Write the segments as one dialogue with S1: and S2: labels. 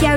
S1: chào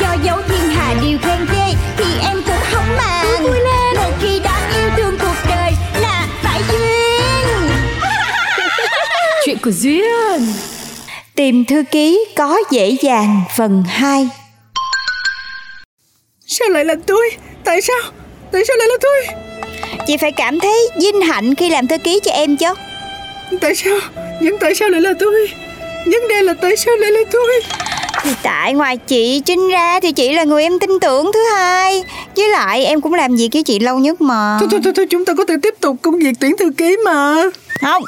S1: Cho dấu thiên hà điều khen ghê Thì em cũng không màng vui lên Một khi đã yêu thương cuộc đời Là phải duyên
S2: Chuyện của duyên
S1: Tìm thư ký có dễ dàng phần 2
S3: Sao lại là tôi? Tại sao? Tại sao lại là tôi?
S1: Chị phải cảm thấy vinh hạnh khi làm thư ký cho em chứ
S3: Tại sao? Nhưng tại sao lại là tôi? Vấn đề là tại sao lại là tôi?
S1: Thì tại ngoài chị Trinh ra thì chị là người em tin tưởng thứ hai Với lại em cũng làm việc với chị lâu nhất mà
S3: Thôi thôi thôi, thôi chúng ta có thể tiếp tục công việc tuyển thư ký mà.
S1: Không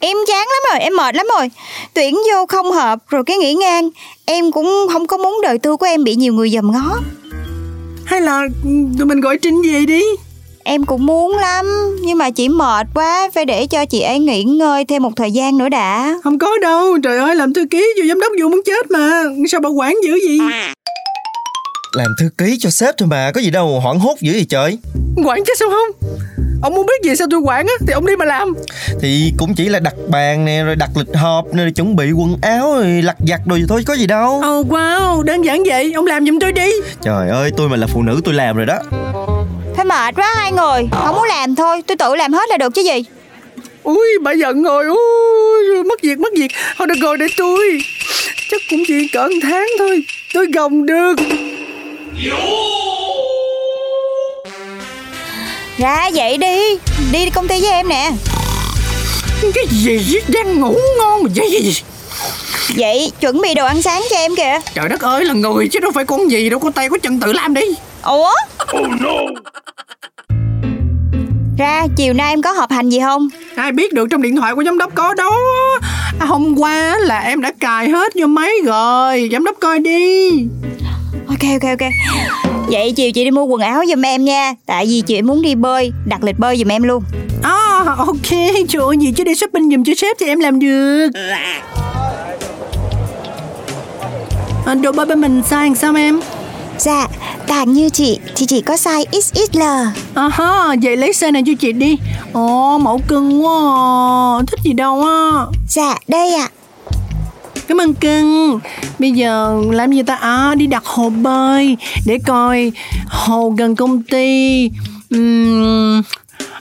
S1: Em chán lắm rồi, em mệt lắm rồi Tuyển vô không hợp rồi cái nghỉ ngang Em cũng không có muốn đời tư của em bị nhiều người dòm ngó
S3: Hay là ừ, tụi mình gọi Trinh về đi.
S1: Em cũng muốn lắm Nhưng mà chị mệt quá Phải để cho chị ấy nghỉ ngơi thêm một thời gian nữa đã
S3: Không có đâu. Trời ơi, làm thư ký vô giám đốc vô muốn chết mà. Sao bảo quản dữ gì?
S4: Làm thư ký cho sếp thôi mà Có gì đâu hoảng hốt dữ vậy trời
S3: Quản chứ sao không? Ông muốn biết gì sao tôi quản á thì ông đi mà làm.
S4: Thì cũng chỉ là đặt bàn nè Rồi đặt lịch họp nè Rồi chuẩn bị quần áo Rồi lặt vặt rồi thôi Có gì đâu
S3: Oh wow, đơn giản vậy. Ông làm giùm tôi đi.
S4: Trời ơi tôi mà là phụ nữ tôi làm rồi đó
S1: Thôi mệt quá hai người Không muốn làm thôi Tôi tự làm hết là được chứ gì
S3: Ui bà giận rồi Ui mất việc mất việc Thôi được rồi để tôi Chắc cũng chỉ cỡ một tháng thôi Tôi gồng được
S1: Ra vậy đi Đi công ty với em nè
S3: Cái gì đang ngủ ngon mà vậy gì
S1: Vậy chuẩn bị đồ ăn sáng cho em kìa
S3: Trời đất ơi là người chứ đâu phải con gì đâu Có tay có chân tự làm đi
S1: Ủa Ra chiều nay em có họp hành gì không
S3: Ai biết được trong điện thoại của giám đốc có đó à, Hôm qua là em đã cài hết vô máy rồi Giám đốc coi đi
S1: Ok ok ok Vậy chiều chị đi mua quần áo giùm em nha Tại vì chị muốn đi bơi Đặt lịch bơi giùm em luôn
S3: À ok Trời ơi gì chứ đi shopping giùm cho sếp thì em làm được à, Đồ ba bên mình sai làm sao em
S1: Dạ, tàng như chị thì chỉ có size XXL
S3: À ha, vậy lấy xe này cho chị đi Ồ, mẫu cưng quá à. Thích gì đâu á
S1: Dạ, đây ạ
S3: Cảm ơn cưng Bây giờ làm gì ta à, Đi đặt hồ bơi Để coi hồ gần công ty Ừm,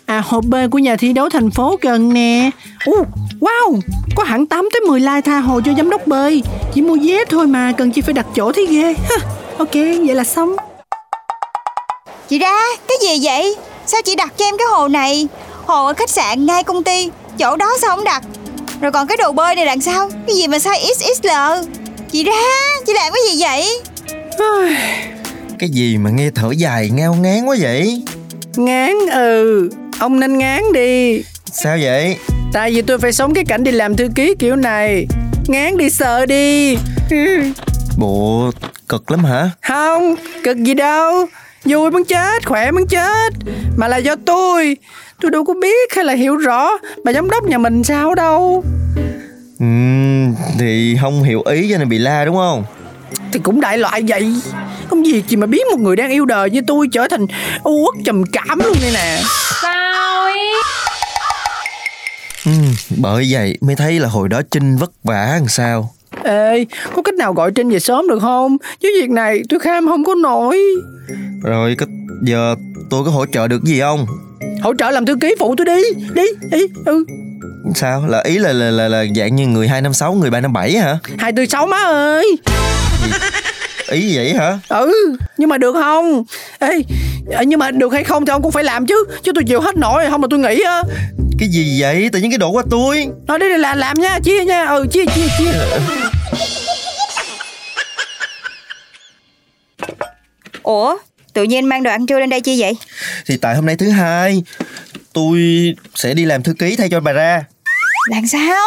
S3: À hồ bơi của nhà thi đấu thành phố gần nè Ồ, wow Có hẳn 8 tới 10 like tha hồ cho giám đốc bơi Chỉ mua vé thôi mà Cần chỉ phải đặt chỗ thấy ghê Ha, Ok, vậy là xong
S1: Chị ra, cái gì vậy? Sao chị đặt cho em cái hồ này? Hồ ở khách sạn ngay công ty Chỗ đó sao không đặt? Rồi còn cái đồ bơi này là sao? Cái gì mà size XXL? Chị ra, chị làm cái gì vậy?
S3: Ai,
S4: Cái gì mà nghe thở dài ngao ngán quá vậy
S3: Ngán ừ Ông nên ngán đi
S4: Sao vậy
S3: Tại vì tôi phải sống cái cảnh đi làm thư ký kiểu này Ngán đi sợ đi
S4: Bộ cực lắm hả
S3: Không, cực gì đâu Vui muốn chết, khỏe muốn chết Mà là do tôi Tôi đâu có biết hay là hiểu rõ Bà giám đốc nhà mình sao đâu
S4: Ừm, Thì không hiểu ý cho nên bị la đúng không
S3: Thì cũng đại loại vậy Không việc gì mà biến một người đang yêu đời như tôi Trở thành u uất trầm cảm luôn đây nè
S4: Ừm, Bởi vậy mới thấy là hồi đó Trinh vất vả làm sao
S3: Ê, có cách nào gọi Trinh về sớm được không Chứ việc này tôi kham không có nổi
S4: Rồi có, giờ tôi có hỗ trợ được gì không
S3: Hỗ trợ làm thư ký phụ tôi đi Đi, đi, ừ
S4: Sao là ý là là là, là dạng như người 256 người 357 hả
S3: hai từ sáu má ơi
S4: Ý vậy hả
S3: ừ nhưng mà được không ê Ờ, nhưng mà được hay không thì ông cũng phải làm chứ chứ tôi chịu hết nổi không là tôi nghỉ á
S4: Cái gì vậy? Tự nhiên cái đồ qua tôi
S3: nói đi là làm nha chia nha ừ chia chia chia
S1: Ủa tự nhiên mang đồ ăn trưa lên đây chi vậy
S4: Thì tại hôm nay thứ hai Tôi sẽ đi làm thư ký thay cho bà ra
S1: Làm sao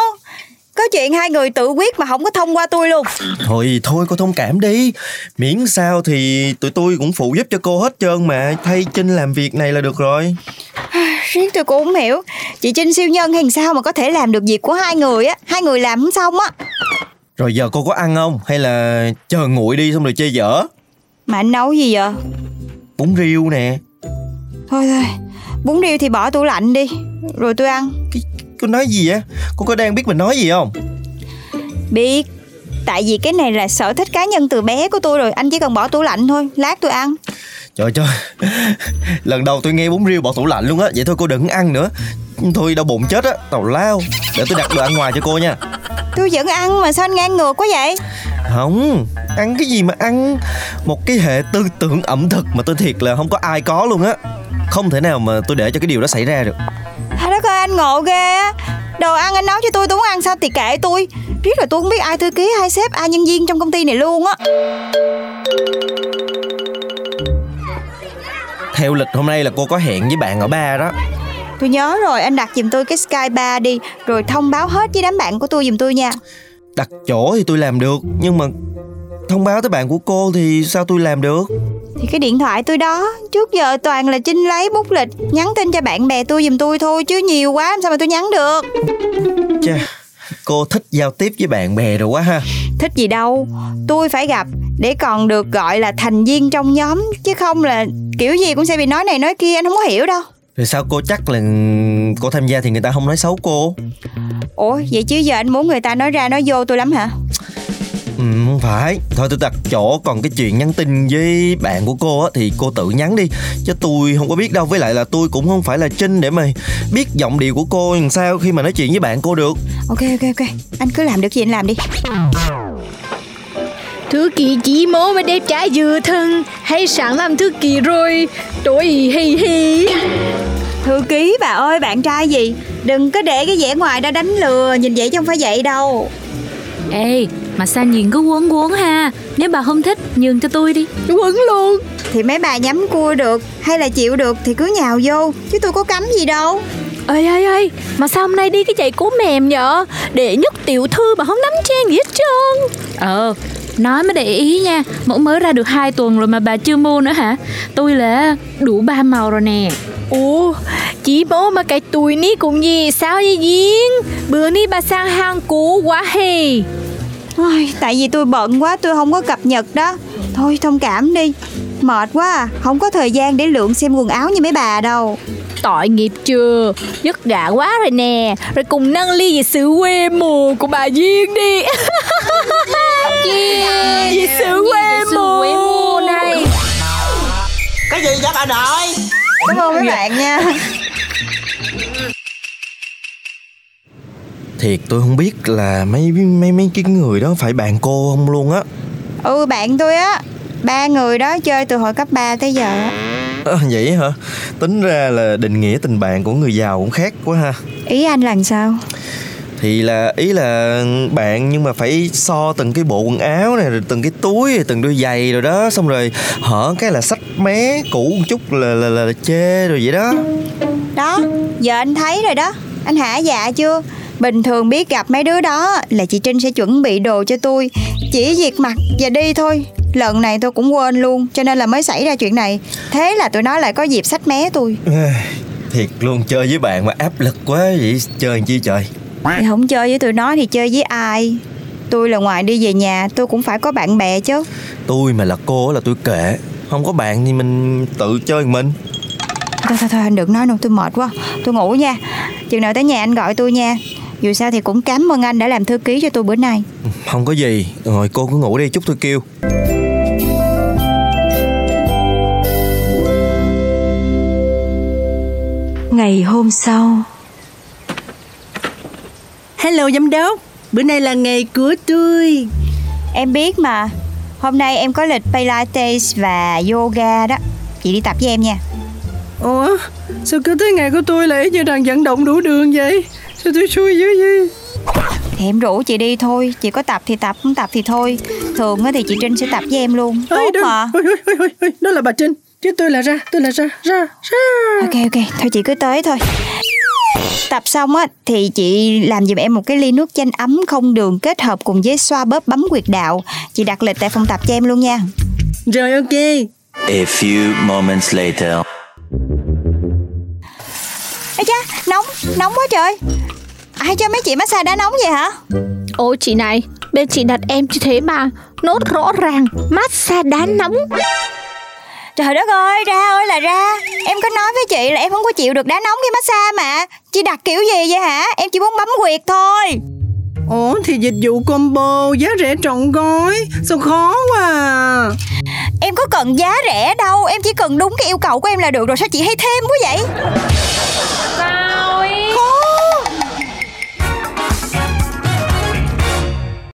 S1: Có chuyện hai người tự quyết mà không có thông qua tôi luôn
S4: Thôi thôi cô thông cảm đi Miễn sao thì tụi tôi cũng phụ giúp cho cô hết trơn mà Thay Trinh làm việc này là được rồi
S1: Riêng tôi cũng không hiểu Chị Trinh siêu nhân hay sao mà có thể làm được việc của hai người á Hai người làm không xong á
S4: Rồi giờ cô có ăn không? Hay là chờ nguội đi xong rồi chơi dở
S1: Mà anh nấu gì vậy
S4: Bún riêu nè
S1: Thôi thôi Bún riêu thì bỏ tủ lạnh đi Rồi tôi ăn
S4: Cô nói gì vậy? Cô có đang biết mình nói gì không?
S1: Biết Tại vì cái này là sở thích cá nhân từ bé của tôi rồi Anh chỉ cần bỏ tủ lạnh thôi Lát tôi ăn
S4: Trời trời Lần đầu tôi nghe bún riêu bỏ tủ lạnh luôn á Vậy thôi cô đừng ăn nữa Thôi đau bụng chết á Tào lao Để tôi đặt đồ ăn ngoài cho cô nha
S1: Tôi vẫn ăn mà sao anh ngang ngược quá vậy
S4: Không Ăn cái gì mà ăn Một cái hệ tư tưởng ẩm thực Mà tôi thiệt là không có ai có luôn á Không thể nào mà tôi để cho cái điều đó xảy ra được
S1: Thôi đất ơi anh ngộ ghê á Đồ ăn anh nấu cho tôi tôi muốn ăn sao thì kệ tôi Riết là tôi không biết ai thư ký ai sếp ai nhân viên trong công ty này luôn á
S4: Theo lịch hôm nay là cô có hẹn với bạn ở ba đó
S1: Tôi nhớ rồi anh đặt giùm tôi cái Sky Bar đi Rồi thông báo hết với đám bạn của tôi giùm tôi nha
S4: Đặt chỗ thì tôi làm được Nhưng mà Thông báo tới bạn của cô thì sao tôi làm được
S1: Thì cái điện thoại tôi đó Trước giờ toàn là Trinh lấy bút lịch Nhắn tin cho bạn bè tôi giùm tôi thôi Chứ nhiều quá làm sao mà tôi nhắn được
S4: Chà Cô thích giao tiếp với bạn bè rồi quá ha
S1: Thích gì đâu Tôi phải gặp để còn được gọi là thành viên trong nhóm Chứ không là kiểu gì cũng sẽ bị nói này nói kia Anh không có hiểu đâu
S4: Rồi sao cô chắc là cô tham gia thì người ta không nói xấu cô
S1: Ủa vậy chứ giờ anh muốn người ta nói ra nói vô tôi lắm hả
S4: Ừ, không phải Thôi tôi đặt chỗ Còn cái chuyện nhắn tin với bạn của cô á Thì cô tự nhắn đi Chứ tôi không có biết đâu Với lại là tôi cũng không phải là Trinh Để mà biết giọng điệu của cô làm sao Khi mà nói chuyện với bạn cô được
S1: Ok ok ok Anh cứ làm được gì anh làm đi
S2: Thư kỳ chỉ mố mà đẹp trai vừa thân Hay sẵn làm thư kỳ rồi Trời hi hi
S1: Thư ký bà ơi bạn trai gì Đừng có để cái vẻ ngoài đó đánh lừa Nhìn vậy chứ không phải vậy đâu
S5: Ê, mà sao nhìn cứ quấn quấn ha Nếu bà không thích, nhường cho tôi đi
S2: Quấn luôn
S1: Thì mấy bà nhắm cua được Hay là chịu được thì cứ nhào vô Chứ tôi có cấm gì đâu
S5: Ê, ê, ê, mà sao hôm nay đi cái giày cố mềm vậy Để nhất tiểu thư mà không nắm trang gì hết trơn Ờ, nói mới để ý nha Mẫu mới ra được 2 tuần rồi mà bà chưa mua nữa hả Tôi là đủ ba màu rồi nè
S2: Ồ, chỉ bố mà cái tuổi ní cũng gì sao vậy diễn Bữa ní bà sang Hàn Quốc quá hề
S1: Ôi, Tại vì tôi bận quá tôi không có cập nhật đó Thôi thông cảm đi Mệt quá à, không có thời gian để lượn xem quần áo như mấy bà đâu
S2: Tội nghiệp chưa Dứt gạ quá rồi nè Rồi cùng nâng ly về sự quê mùa của bà Duyên đi Yeah, về sự quê mùa này
S6: cái gì vậy bà nội
S1: Cảm ơn mấy bạn nha
S4: Thiệt tôi không biết là mấy mấy mấy cái người đó Phải bạn cô không luôn á
S1: Ừ bạn tôi á Ba người đó chơi từ hồi cấp 3 tới giờ á.
S4: Ờ, Vậy hả Tính ra là định nghĩa tình bạn của người giàu cũng khác quá ha
S1: Ý anh là sao
S4: thì là ý là bạn nhưng mà phải so từng cái bộ quần áo này rồi từng cái túi rồi từng đôi giày rồi đó xong rồi hở cái là sách mé cũ một chút là là, là, là chê rồi vậy đó
S1: Đó, giờ anh thấy rồi đó Anh hả dạ chưa Bình thường biết gặp mấy đứa đó Là chị Trinh sẽ chuẩn bị đồ cho tôi Chỉ việc mặc và đi thôi Lần này tôi cũng quên luôn Cho nên là mới xảy ra chuyện này Thế là tụi nó lại có dịp sách mé tôi
S4: thiệt luôn chơi với bạn mà áp lực quá vậy chơi làm chi trời
S1: Thì Không chơi với tụi nó thì chơi với ai Tôi là ngoài đi về nhà Tôi cũng phải có bạn bè chứ
S4: tôi mà là cô á là tôi kệ không có bạn thì mình tự chơi mình
S1: Thôi thôi thôi anh đừng nói đâu tôi mệt quá Tôi ngủ nha Chừng nào tới nhà anh gọi tôi nha Dù sao thì cũng cảm ơn anh đã làm thư ký cho tôi bữa nay
S4: không có gì rồi cô cứ ngủ đi chút tôi kêu
S7: Ngày hôm sau
S3: hello giám đốc bữa nay là ngày của tôi
S1: Em biết mà Hôm nay em có lịch Pilates và yoga đó Chị đi tập với em nha
S3: Ủa sao cứ tới ngày của tôi lại như đang vận động đủ đường vậy Sao tôi xui dữ vậy
S1: Thì em rủ chị đi thôi Chị có tập thì tập, không tập thì thôi Thường á thì chị Trinh sẽ tập với em luôn Tốt
S3: đừng-
S1: mà
S3: Ôi, ôi, ôi, ôi, ôi, Đó là bà Trinh Chứ tôi là ra Tôi là ra ra ra
S1: Ok ok, thôi chị cứ tới thôi Tập xong á thì chị làm giùm em một cái ly nước chanh ấm không đường kết hợp cùng với xoa bóp bấm quyệt đạo. Chị đặt lịch tại phòng tập cho em luôn nha.
S3: Rồi ok
S8: A few moments later.
S1: Ê cha, nóng, nóng quá trời. Ai cho mấy chị massage đá nóng vậy hả?
S5: Ô chị này, bên chị đặt em như thế mà Nốt rõ ràng, massage đá nóng
S1: Trời đất ơi, ra ơi là ra. Em có nói với chị là em không có chịu được đá nóng khi massage mà. Chị đặt kiểu gì vậy hả? Em chỉ muốn bấm quyệt thôi.
S3: Ủa thì dịch vụ combo giá rẻ trọn gói Sao khó quá à.
S1: Em có cần giá rẻ đâu, em chỉ cần đúng cái yêu cầu của em là được rồi sao chị hay thêm quá vậy?